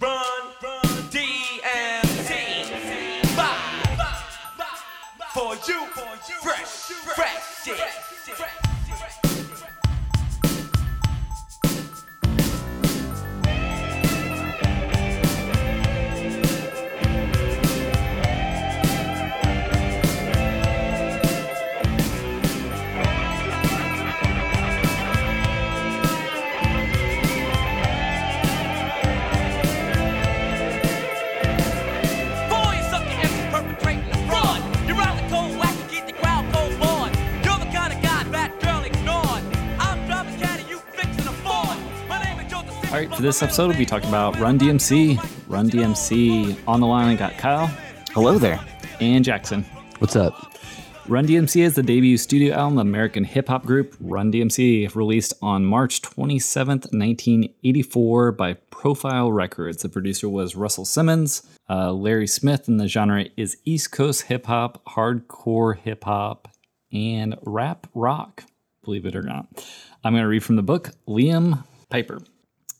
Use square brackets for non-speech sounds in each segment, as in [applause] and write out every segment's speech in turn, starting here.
Run, run, DMT. Bye, bye, bye, bye. For you, for you, fresh, fresh, fresh, fresh, fresh. Boys up the empty perpetrating the fraud. You're out the cold whack to keep the crowd cold born. You're the kind of guy that girl ignored. I'm driving caddy, you fixing a Ford. My name is Joseph. All right, for this episode, we'll be talking about Run DMC. Run DMC on the line. I got Kyle Hello there. and Jackson. What's up? Run DMC is the debut studio album of American hip hop group Run DMC, released on March 27th, 1984, by Profile Records. The producer was Russell Simmons, uh, Larry Smith, and the genre is East Coast hip hop, hardcore hip hop, and rap rock, believe it or not. I'm going to read from the book Liam Piper.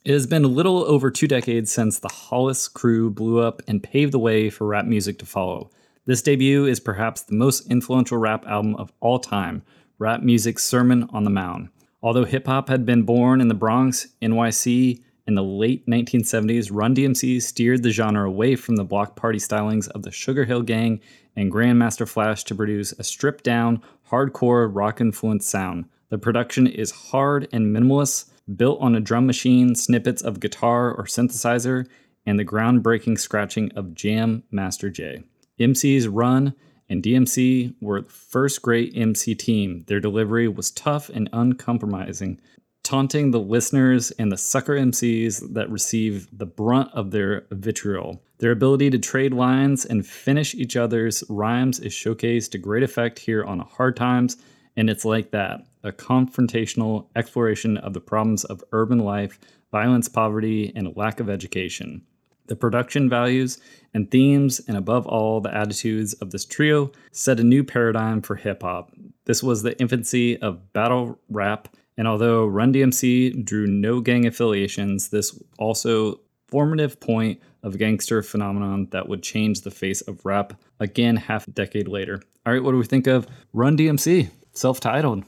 It has been a little over two decades since the Hollis crew blew up and paved the way for rap music to follow. This debut is perhaps the most influential rap album of all time rap music's Sermon on the Mound. Although hip hop had been born in the Bronx, NYC, in the late 1970s, Run DMC steered the genre away from the block party stylings of the Sugar Hill Gang and Grandmaster Flash to produce a stripped down, hardcore rock influenced sound. The production is hard and minimalist, built on a drum machine, snippets of guitar or synthesizer, and the groundbreaking scratching of Jam Master Jay. MC's Run and DMC were the first great MC team. Their delivery was tough and uncompromising, taunting the listeners and the sucker MCs that receive the brunt of their vitriol. Their ability to trade lines and finish each other's rhymes is showcased to great effect here on Hard Times, and it's like that a confrontational exploration of the problems of urban life, violence, poverty, and a lack of education. The production values and themes, and above all, the attitudes of this trio set a new paradigm for hip hop. This was the infancy of battle rap, and although Run DMC drew no gang affiliations, this also formative point of gangster phenomenon that would change the face of rap again half a decade later. All right, what do we think of Run DMC? Self-titled.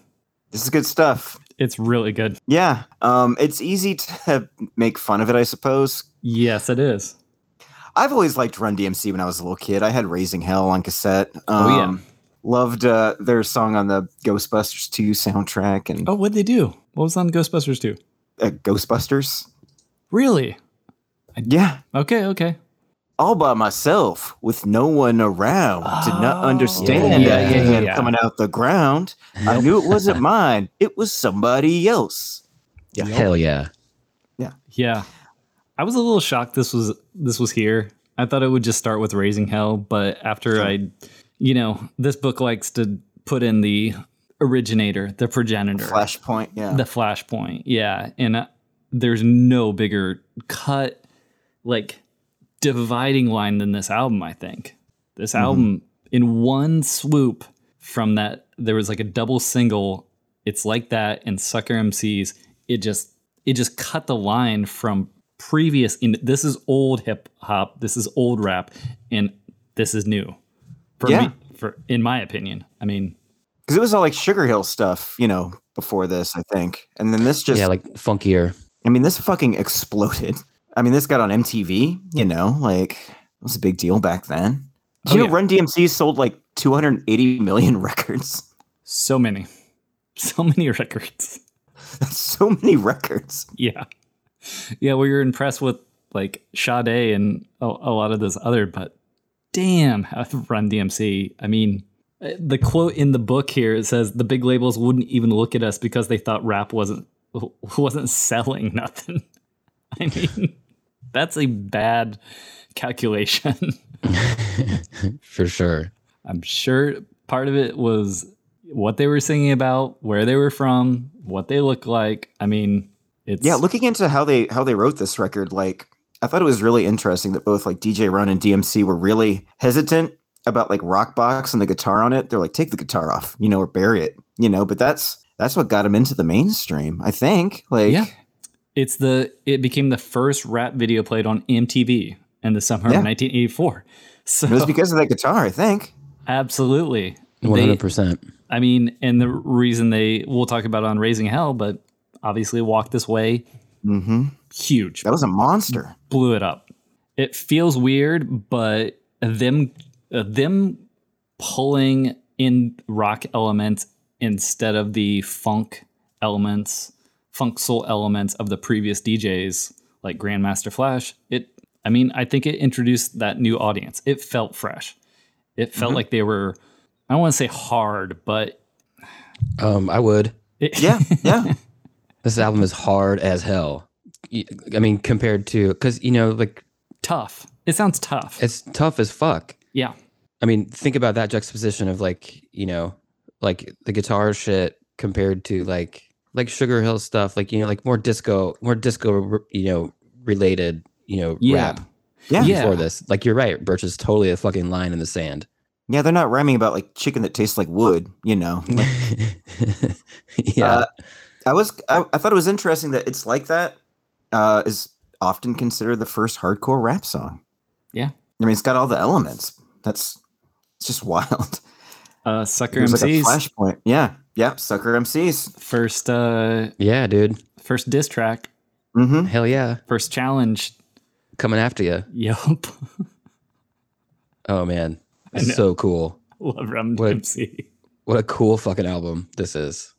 This is good stuff. It's really good. Yeah. Um, it's easy to [laughs] make fun of it, I suppose. Yes, it is. I've always liked Run DMC when I was a little kid. I had Raising Hell on cassette. Um, Oh, yeah. Loved uh, their song on the Ghostbusters 2 soundtrack and Oh, what'd they do? What was on Ghostbusters 2? uh, Ghostbusters. Really? Yeah. Okay, okay. All by myself with no one around. Did not understand Oh. yeah, that yeah, thing yeah, yeah. [laughs] coming out the ground. I knew it [laughs] wasn't mine, it was somebody else. Yeah. Hell yeah. Yeah. I was a little shocked this was this was here. I thought it would just start with raising hell, but after I you know, this book likes to put in the originator, the progenitor, Flashpoint. Yeah. the flashpoint. Yeah, and uh, there's no bigger cut like dividing line than this album, I think. This album in one swoop from that there was like a double single, it's like that and Sucker MCs, it just it just cut the line from previous in this is old hip hop, this is old rap and this is new. For Yeah. me for in my opinion. I mean, because it was all like Sugar Hill stuff, you know, before this, I think. And then this just, Yeah, like funkier. I mean, this fucking exploded. I mean, this got on MTV, you know, like it was a big deal back then. Did Oh, you know yeah. Run DMC sold like 280 million [laughs] records? so many [laughs] so many records. That's so many records. Yeah. Yeah, well, you're impressed with like Sade and a, a lot of those other, but damn, how [laughs] Run DMC. I mean, eh, the quote in the book here it says the big labels wouldn't even look at us because they thought rap wasn't [laughs] wasn't selling nothing. [laughs] I mean, that's a bad calculation. [laughs] For sure. I'm sure part of it was what they were singing about, where they were from, what they look like. I mean, it's Yeah, looking into how they how they wrote this record, like I thought it was really interesting that both like DJ Run and DMC were really hesitant about like Rockbox and the guitar on it. They're like, take the guitar off, you know, or bury it, you know. But that's that's what got him into the mainstream, I think. Like, Yeah. It's the it became the first rap video played on MTV in the summer Yeah. of 1984. [laughs] So it was because of that guitar, I think. absolutely, They- One hundred percent. I mean, and the reason they we'll talk about it on Raising Hell, but obviously Walk This Way, hmm huge, That was a monster. blew it up. It feels weird, but them uh, them pulling in rock elements instead of the funk elements, funk soul elements of the previous DJs like Grandmaster Flash, it I mean, I think it introduced that new audience. It felt fresh. It Mm-hmm. felt like they were I don't want to say hard, but Um, I would. it, Yeah, yeah. This album is hard as hell. Y- I mean, compared to because you know, like [laughs] tough. It sounds tough. it's tough as fuck. yeah. I mean, think about that juxtaposition of like, you know, like the guitar shit compared to like like Sugar Hill stuff, like you know, like more disco, more disco, you know, related, you know, Yeah. rap Yeah. Yeah. yeah. before this. Like you're right, Birch is totally a fucking line in the sand. [laughs] They're not rhyming about like chicken that tastes like wood, you know. yeah. Uh, I was I, I thought it was interesting that it's like that uh, is often considered the first hardcore rap song. Yeah. I mean it's got all the elements. That's it's just [laughs] wild. Uh, Sucker It was like a MC's flashpoint. Yeah, yeah. Sucker MCs. first uh yeah, dude. first diss track, Mm-hmm. Hell yeah. first challenge. Coming after you. Yup. [laughs] Oh man. I know. So cool. Love Rum What- DMC. what a cool fucking album this is.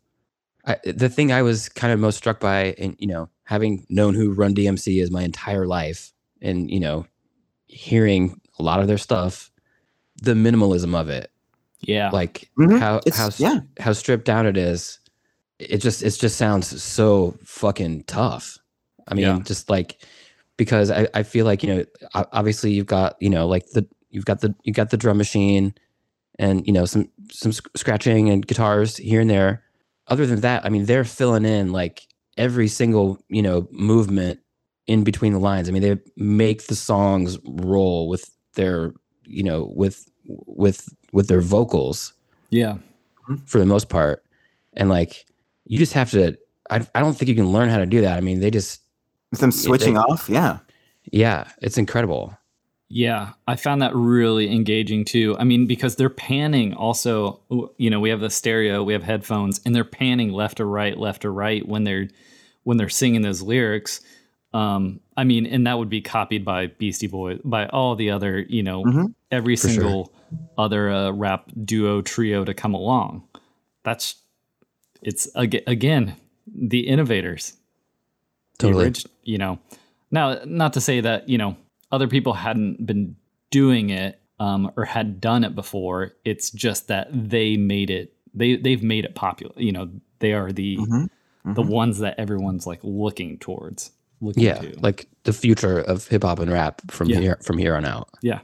I, the thing I was kind of most struck by, and you know, having known who Run DMC is my entire life, and you know, hearing a lot of their stuff, the minimalism of it, Yeah. like Mhm. how It's- how s- yeah. how stripped down it is, it just it just sounds so fucking tough. I mean, Yeah. just like because I, I feel like you know o- obviously you've got you know like the you've got the you got the drum machine and you know some some sc- scratching and guitars here and there other than that i mean they're filling in like every single you know movement in between the lines i mean they make the songs roll with their you know with with with their vocals yeah. for the most part and like you just have to I, I don't think you can learn how to do that i mean they just With them they- switching off. Yeah. yeah it's incredible Yeah. I found that really engaging too. I mean, because they're panning also, you know, we have the stereo, we have headphones, and they're panning left to right, left to right when they're when they're singing those lyrics. Um, I mean, and that would be copied by Beastie Boys, by all the other, you know, Mhm. every Mm-hmm. For sure. single other uh, rap duo trio to come along. That's it's ag- again the innovators. the Totally. orig- you know, now not to say that you know other people hadn't been doing it um, or had done it before. It's just that they made it. They they've made it popular. You know, they are the Mhm. Mm-hmm. the ones that everyone's like looking towards. Looking yeah to. like the future of hip hop and rap from Yeah. here from here on out yeah,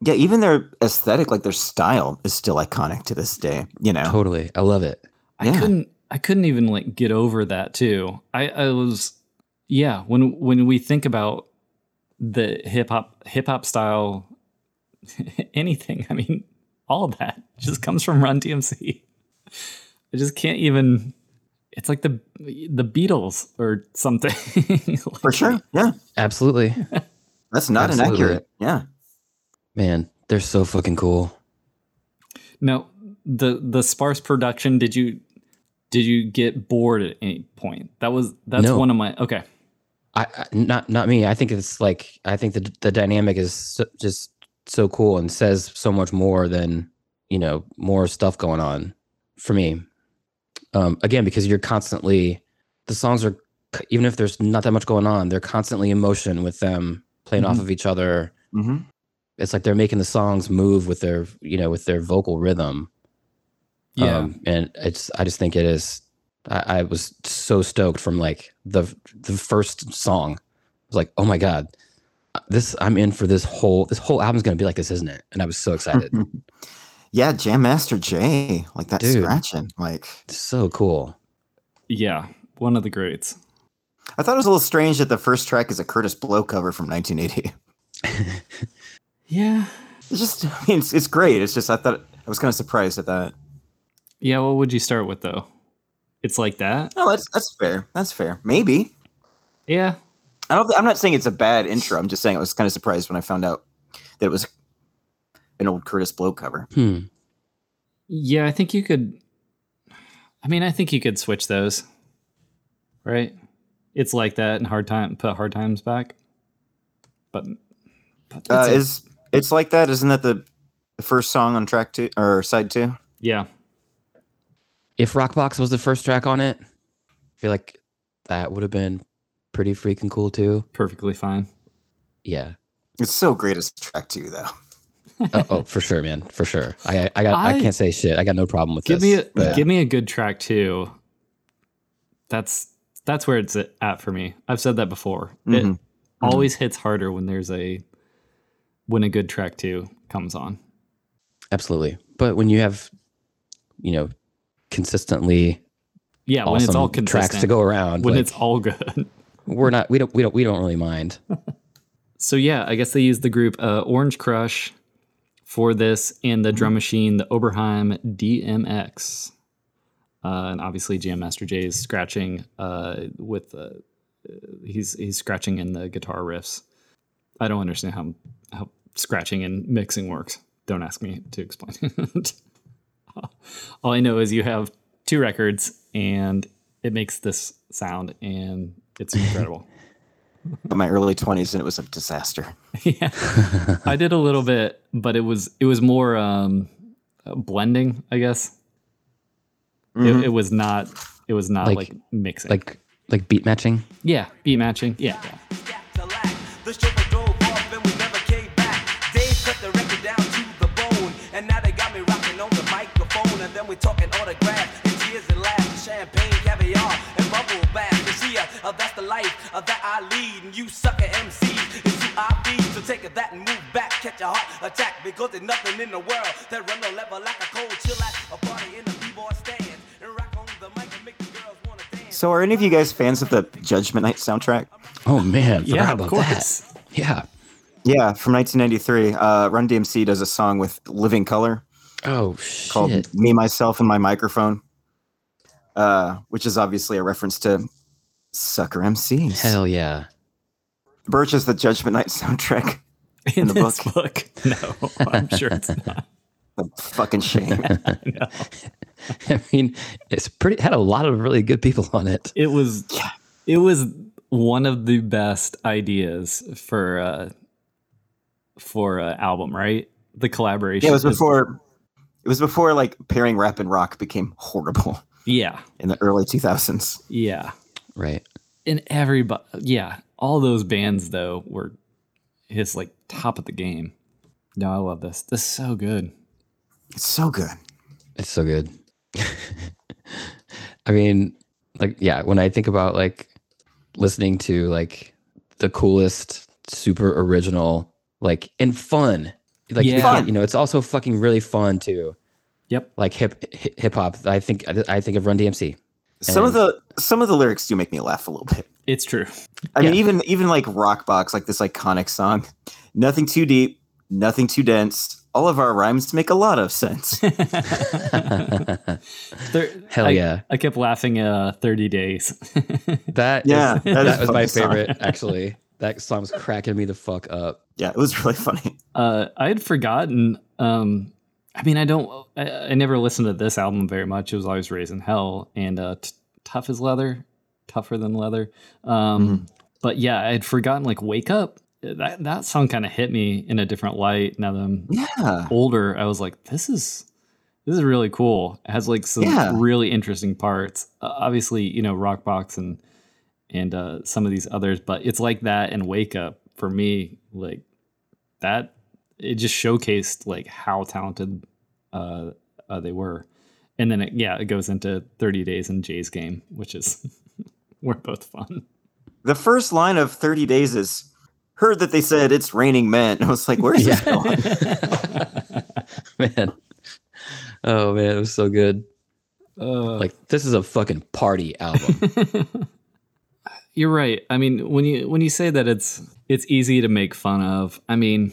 Yeah. Even their aesthetic, like their style, is still iconic to this day. You know. totally i love it I Yeah. couldn't I couldn't even like get over that too. I, I was yeah, when when we think about the hip hop hip hop style [laughs] anything, I mean, all of that just comes from Run DMC. I just can't even it's like the the Beatles or something. [laughs] Like, For sure. Yeah. absolutely That's not Absolutely. inaccurate. Yeah. man they're so fucking cool No, the the sparse production, did you did you get bored at any point? That was that's No. one of my Um, okay. I, I not not me i think it's like i think the the dynamic is so, just so cool and says so much more than you know more stuff going on for me um again because you're constantly the songs are c- even if there's not that much going on they're constantly in motion with them playing off Mhm. of each other hmm it's like they're making the songs move with their you know with their vocal rhythm Yeah. Um, and it's I just think it is. I, I was so stoked from like the the first song. I was like, oh my god, this I'm in for this whole this whole album's gonna be like this, isn't it? And I was so excited. Mm-hmm. Yeah. Jam Master Jay, like that Dude. scratching, like. so cool. yeah, one of the greats. I thought it was a little strange that the first track is a Curtis Blow cover from 1980. Yeah. It's just, I mean, it's, it's great. It's just, I thought, I was kind of surprised at that. Yeah, what would you start with though? It's like that? No, that's that's fair. That's fair. Maybe. Yeah. I don't. I'm not saying it's a bad intro. I'm just saying I was kind of surprised when I found out that it was an old Curtis Blow cover. Hmm. Yeah, I think you could I mean, I think you could switch those. Right? It's like that and hard time put hard times back. But, but Uh, that's it. is it's like that? Isn't that the, the first song on track two or side two? yeah. If Rockbox was the first track on it, I feel like that would have been pretty freaking cool too. perfectly fine. Yeah. It's so great as track two though. oh, [laughs] oh, for sure, man. For sure. I I got I, I- can't say shit. I got no problem with Give me a this. but- give me a good track too. That's that's where it's at for me. I've said that before. It Mhm. always hits harder when there's a when a good track two comes on. absolutely. But when you have, you know, consistently Yeah, awesome when it's all consistent. tracks to go around, when like, it's all good. we're not we don't we don't we don't really mind. So yeah, I guess they used the group uh, Orange Crush for this and the drum machine, the Oberheim DMX, uh, and obviously Jam Master Jay is scratching uh, with uh, uh, he's he's scratching in the guitar riffs. I don't understand how how scratching and mixing works. Don't ask me to explain it. [laughs] All I know is you have two records and it makes this sound and it's incredible. In my early 20s, and it was a disaster. yeah i did a little bit but it was it was more um uh, blending i guess it, it was not it was not like, Like- mixing Like like beat matching. yeah beat matching yeah, yeah. The chauffeur drove off and we never came back. Dave cut the record down to the bone, and now they got me rocking on the microphone. And then we talking autographs and tears and laughs, and champagne, caviar, and bubble bath. You see, uh, uh, that's the life uh, that I lead, and you sucker MCs is who I feed. So take that and move back, catch a heart attack, because there's nothing in the world that run the level like a cold chill at a party in the b-boy stand. And rock on the mic and make the girls wanna dance. So, are any of you guys fans of the Judgment Night soundtrack? Oh man, forgot Yeah, of about course. that. Yeah. Yeah, from 1993. Uh, Run DMC does a song with Living Color. Oh called shit. "Me, Myself, and My Microphone," uh, which is obviously a reference to Sucker MCs. Hell yeah. [laughs] Birch is the Judgment Night soundtrack. [laughs] in, the this book. [laughs] no i'm sure it's not The fucking [laughs] shame. I mean, it's pretty had a lot of really good people on it. it was it was one of the best ideas for uh for uh, album right the collaboration yeah, it was is- before. It was before like pairing rap and rock became horrible yeah in the early 2000s. yeah Right. and everybody yeah all those bands though were his like top of the game no i love this this is so good It's so good. It's so good. [laughs] I mean, like, yeah, when I think about like listening to like the coolest, super original, like, and fun, like, you Yeah. can't- you know, it's also fucking really fun too. Yep. Like hip hip hop. I think I I think of Run [laughs] DMC. Some of And- the some of the lyrics do make me laugh a little bit. it's true [laughs] I mean, Yeah. even even like Rockbox, like this iconic song, nothing too deep, nothing too dense. All of our rhymes make a lot of [laughs] sense. There- Hell I- yeah. i kept laughing uh 30 days [laughs] That Yeah, is- that is that was a my fucking song. favorite actually. That song was cracking me the fuck up. [laughs] yeah, it was really funny. uh i had forgotten um i mean i don't I, I never listened to this album very much it was always raised in hell and uh t- tough as leather tougher than leather um Mm-hmm. but yeah i had forgotten like wake up that that song kind of hit me in a different light now that i'm Yeah. older, I was like, this is this is really cool. It has like some Yeah. really interesting parts. Uh, obviously, you know, Rockbox and and uh, some of these others, but it's like that and Wake Up for me, like that. It just showcased like how talented uh, uh, they were, and then it, yeah, it goes into Thirty Days in Jay's Game, which is [laughs] we're both fun. The first line of 30 Days is heard that they said it's raining men. [laughs] I was like, where's [laughs] this going? Man. Oh man, it was so good. Uh, [laughs] Like this is a fucking party album. You're right. I mean, when you when you say that it's it's easy to make fun of. I mean,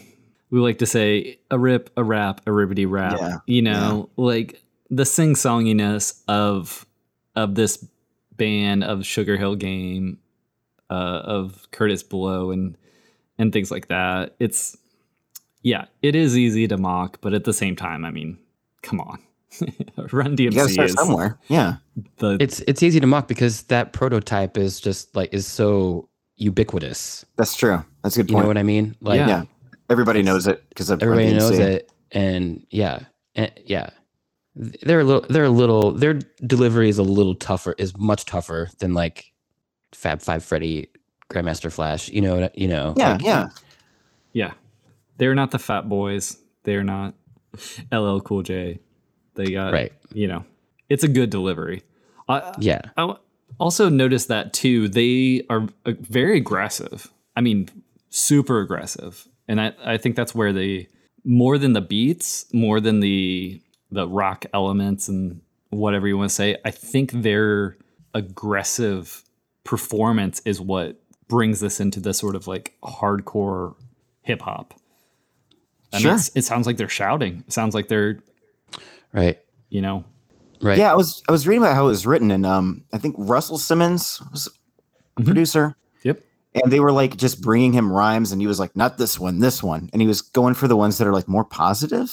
we like to say a rip, a rap, a ribbity rap. Yeah, You know, like the sing songiness of of this band of Sugar Hill Game, uh, of Curtis Blow and and things like that. It's yeah, it is easy to mock, but at the same time, I mean, come on, [laughs] Run You got to DMC start is somewhere. Yeah. the It's it's easy to mock because that prototype is just like is so ubiquitous. That's true. That's a good You point. know what I mean? Like Yeah. yeah. Everybody knows it because of Run everybody knows DMC. it, and yeah, and, yeah. They're a little. They're a little. Their delivery is a little tougher. Is much tougher than like Fab Five Freddy, Grandmaster Flash. You know. You know. Yeah, like, yeah. Yeah. They're not the fat boys. They're not LL Cool J. They got, Right. you know, it's a good delivery. I, Yeah. I also noticed that too. They are uh, very aggressive. I mean, super aggressive. And I, I think that's where they, more than the beats, more than the the rock elements and whatever you want to say, I think their aggressive performance is what brings this into this sort of like hardcore hip hop. I Sure. mean, it's- it sounds like they're shouting. It sounds like they're, Right. you know, Right. Yeah, I was I was reading about how it was written, and um, I think Russell Simmons was a Mm-hmm. Mhm. producer, yep, and they were like just bringing him rhymes, and he was like, "Not this one, this one," and he was going for the ones that are like more positive,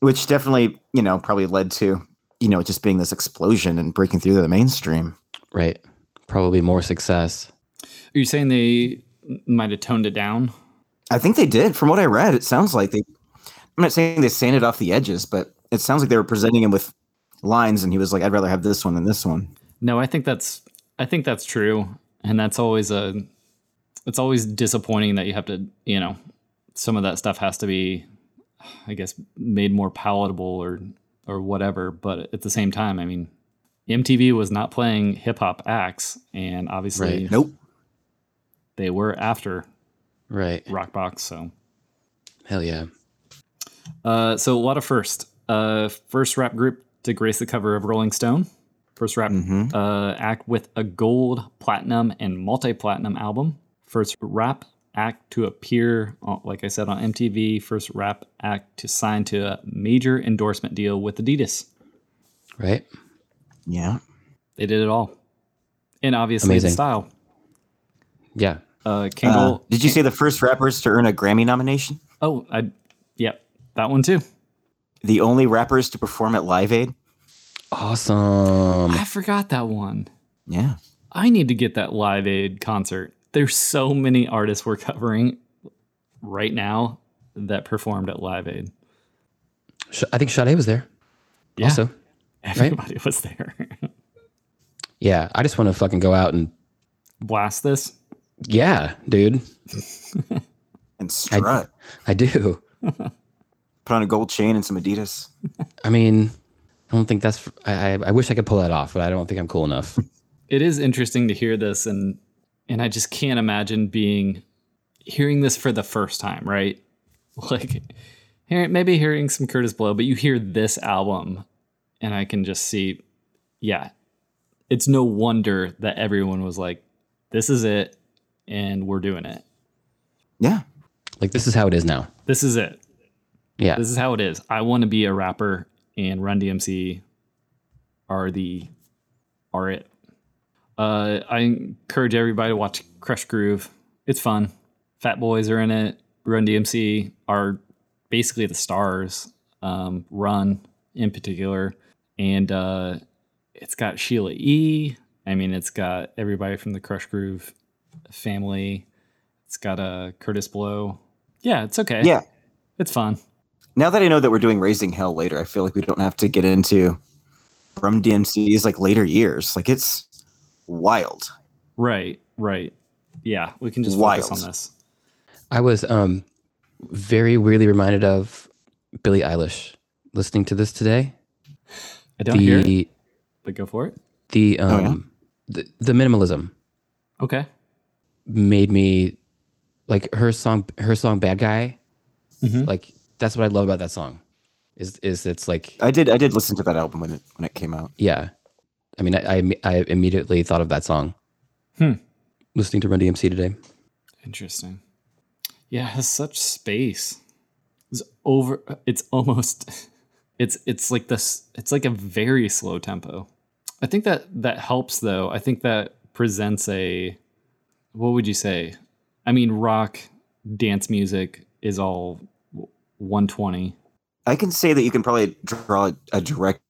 which definitely you know probably led to you know it just being this explosion and breaking through the mainstream. Right. Probably more success. Are you saying they might have toned it down? I think they did, from what I read. It sounds like they. I'm not saying they sanded off the edges, but it sounds like they were presenting him with lines, and he was like, "I'd rather have this one than this one." No, I think that's I think that's true, and that's always a it's always disappointing that you have to you know some of that stuff has to be I guess made more palatable or or whatever. But at the same time, I mean, MTV was not playing hip hop acts, and obviously Right. Nope. they were after Right. Rockbox, so. Hell yeah. Uh, so a lot of first. Uh, first rap group to grace the cover of Rolling Stone. First rap Mhm. uh, act with a gold, platinum, and multi-platinum album. First rap act to appear, on- like I said, on MTV. First rap act to sign to a major endorsement deal with Adidas. Right. Yeah. They did it all, and obviously Amazing. the style. Yeah. Uh, Uh, Kangol. did you say the first rappers to earn a Grammy nomination? oh, I, yeah, that one too. the only rappers to perform at Live Aid. Awesome. I forgot that one. Yeah. I need to get that Live Aid concert. There's so many artists we're covering right now that performed at Live Aid. Sh- I think Sade was there. Yeah, Also. everybody [laughs] was there. Yeah. I just want to fucking go out and Blast this. yeah, dude. And strut. I do. Put on a gold chain and some Adidas. I mean, I don't think that's. I, I I wish I could pull that off, but I don't think I'm [laughs] cool enough. It is interesting to hear this and and I just can't imagine being hearing this for the first time, right? [laughs] Like hearing maybe hearing some Curtis Blow, but you hear this album and I can just see yeah. It's no wonder that everyone was like this is it and we're doing it. Yeah. like this is how it is now. this is it. Yeah. This is how it is. I want to be a rapper, and Run DMC are the are it. Uh, I encourage everybody to watch Crush Groove. It's fun. Fat Boys are in it. Run DMC are basically the stars. Um, Run in particular, and uh, it's got Sheila E. I mean, it's got everybody from the Crush Groove family. It's got uh, Curtis Blow. Yeah, it's okay. Yeah. It's fun. Now that I know that we're doing Raising Hell later, I feel like we don't have to get into from DMC's like later years. Like it's wild. Right, right. Yeah, we can just focus Wild. on this. I was um very weirdly reminded of Billie Eilish listening to this today. I don't hear it, the but go for it. the um Oh, yeah? the, the minimalism Okay. made me like her song her song bad guy Mhm. like that's what i love about that song is is it's like Uh, I did I did listen to that album when it when it came out. yeah i mean i i, I immediately thought of that song Hmm. listening to Run DMC today. Interesting. Yeah, it has such space. It's over. It's almost. [laughs] It's it's like this. It's like a very slow tempo. I think that that helps though. I think that presents a. What would you say? I mean, rock dance music is all 120. I can say that you can probably draw a, a direct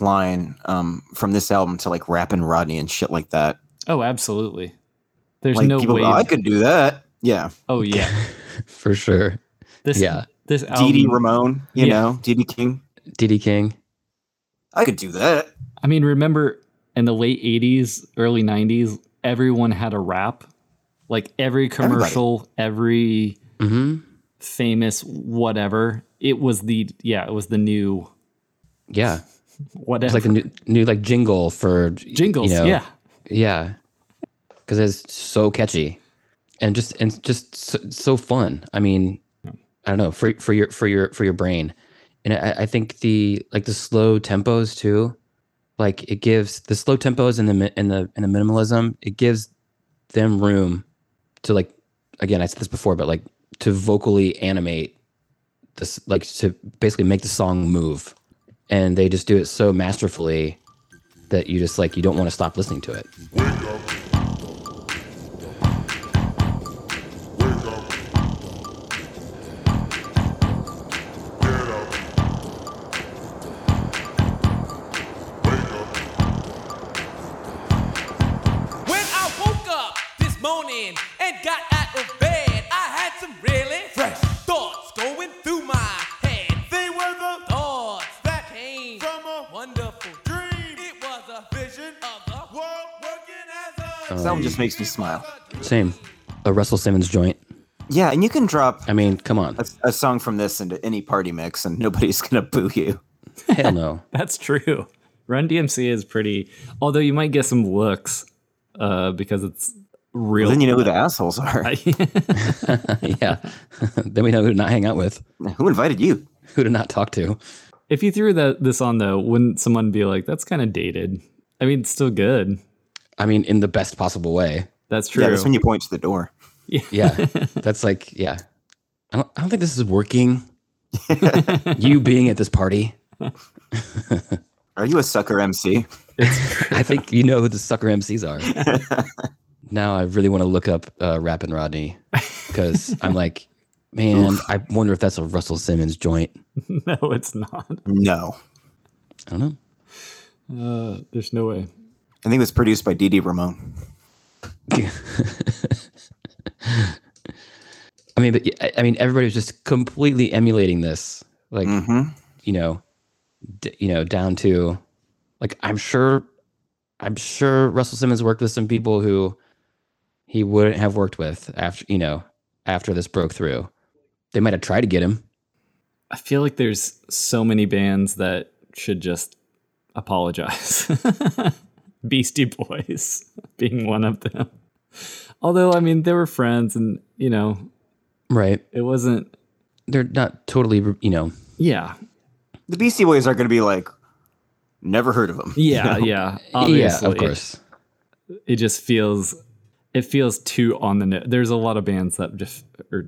line um, from this album to like rap and Rodney and shit like that. Oh, absolutely. There's like no people, way. go, I could do that. Yeah, oh [laughs] yeah. For sure. This Yeah. This Dee album. Dee Ramone, you Um, Yeah. know, Dee Dee King. DD King. I could do that. I mean, remember in the late 80s, early 90s, everyone had a rap. Like every commercial, every hmm famous whatever. It was the, yeah, it was the new Yeah. It's whatever. like a new, new like jingle for Jingles. you know, yeah. Yeah. Cuz it's so catchy and just and just so, so fun. I mean, I don't know, for for your for your for your brain. And I, I think the like the slow tempos too. Like it gives the slow tempos and the mi- and the and the minimalism, it gives them room to like again, I said this before, but like to vocally animate this like to basically make the song move. And they just do it so masterfully that you just like you don't want to stop listening to it. When I woke up this morning and got out of bed, I had some really fresh thoughts going through my head. They were the thoughts that came from a wonderful dream. It was a vision of the world working as a This album just Um, makes me smile. Same. A Russell Simmons joint. Yeah, and you can drop uh, I mean, come on. a, a song from this into any party mix, and nobody's gonna boo you. Hell no. That's true. Run DMC is pretty, although you might get some looks uh, because it's real. Then you know who the assholes are. yeah. [laughs] then we know who to not hang out with, [laughs] who invited you? who to not talk to. [laughs] if you threw that this on though, wouldn't someone be like, that's kind of dated? I mean, it's still good. I mean, in the best possible way. That's true. Yeah, that's when you point to the door. Yeah. That's like, yeah. I don't, I don't think this is working. [laughs] you being at this party. Are you a sucker MC? I think you know who the sucker MCs are. now I really want to look up uh, Rap and Rodney because I'm like, man, I wonder if that's a Russell Simmons joint. [laughs] no, it's not. No, I don't know. Uh, there's no way. I think it was produced by Dee Dee Ramone. I mean, but y- I- I mean, everybody was just completely emulating this, like Mhm. you know, d- you know, down to, like I'm sure, I'm sure Russell Simmons worked with some people who he wouldn't have worked with after you know after this broke through. They might have tried to get him. I feel like there's so many bands that should just apologize. [laughs] Beastie Boys [laughs] being one of them. Although, I mean, they were friends and, you know, Right. it wasn't, They're not totally, you know. yeah. The Beastie Boys are gonna be like, never heard of them. Yeah, yeah. Yeah, Obviously. of course. It just feels, it feels too on the nose. There's a lot of bands that just, or,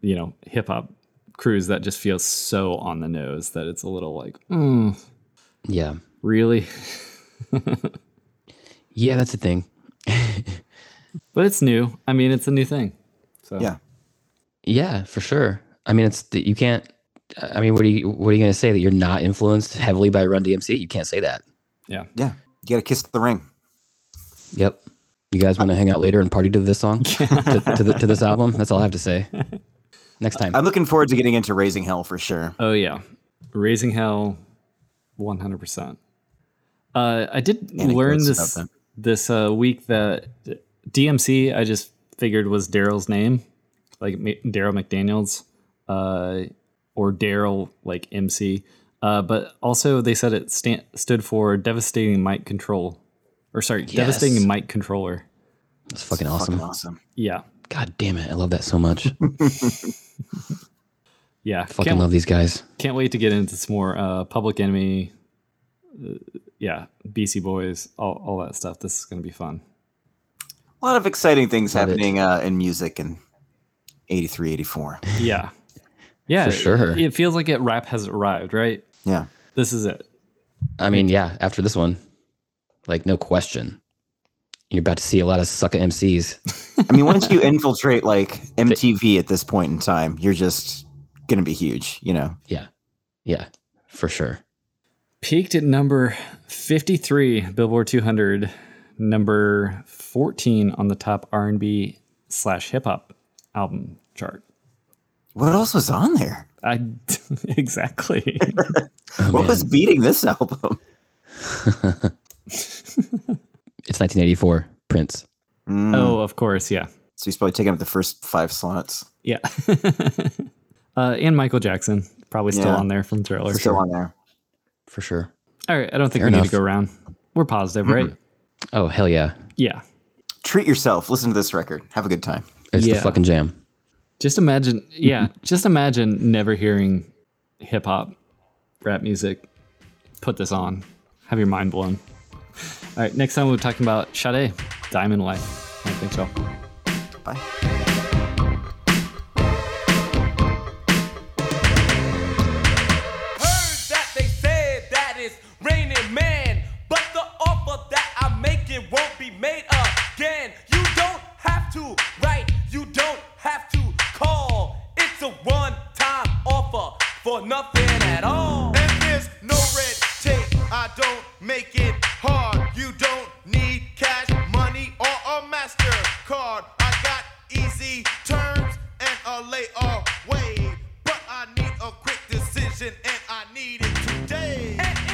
you know, hip hop crews that just feel so on the nose that it's a little like, mm, Yeah. really? [laughs] Yeah, that's the thing. But it's new. I mean, it's a new thing. So, Yeah. Yeah, for sure. I mean, it's that you can't. I mean, what are you what are you going to say that you're not influenced heavily by Run DMC? You can't say that. Yeah. Yeah, you gotta kiss the ring. Yep. You guys want to hang out later and party to this [laughs] song, to, to, the, to this album? That's all I have to say. Next time, I'm looking forward to getting into Raising Hell for sure. Oh yeah, Raising Hell, one hundred percent. Uh, I did learn about this them. this uh, week that DMC I just figured was Daryl's name, like Ma- Daryl McDaniel's, uh, or Daryl like MC. Uh, but also they said it stand, stood for devastating mic control, or sorry, devastating Yes. mic controller. that's fucking awesome. Fucking awesome. Yeah, God damn it, I love that so [laughs] much. yeah. fucking Can't- love these guys. Can't wait to get into some more uh, Public Enemy, uh, yeah, BC Boys, all, all that stuff. This is going to be fun. A lot of exciting things Love it. happening uh, in music in 83, 84. Yeah. Yeah. [laughs] For it- sure. It, feels like it rap has arrived, right? Yeah. This is it. I mean, yeah, after this one, like no question, you're about to see a lot of sucker MCs. I mean, once [laughs] you infiltrate like MTV at this point in time, you're just going to be huge, you know? Yeah, for sure. Peaked at number 53, Billboard 200, number 14 on the top R&B slash hip hop album chart. What else was on there? I [laughs] exactly. Oh, What man. was beating this [laughs] album? It's 1984, Prince. [laughs] Mm. oh, of course, yeah. So he's probably taking up the first five slots. Yeah. [laughs] uh, and Michael Jackson, probably still Yeah. on there from Thriller. Still on there. For sure. All right, I don't think Fair we need enough. to go around. We're positive, right? Oh, hell yeah. Yeah. Treat yourself. Listen to this record. Have a good time. It's Yeah. the fucking jam. Just imagine, yeah, Mm-hmm. just imagine never hearing hip hop rap music. Put this on, have your mind blown. All right, next time we'll be talking about Sade, Diamond Life. I think so. Bye. heard that they said that it's raining man, but the offer that I'm making won't be made again. You don't have to write, you don't have to call. It's a one-time offer for nothing at all. And there's no red tape. I don't make it hard. You don't need cash, money, or a MasterCard. I got easy terms and a layaway. But I need a quick decision, and I need it today. And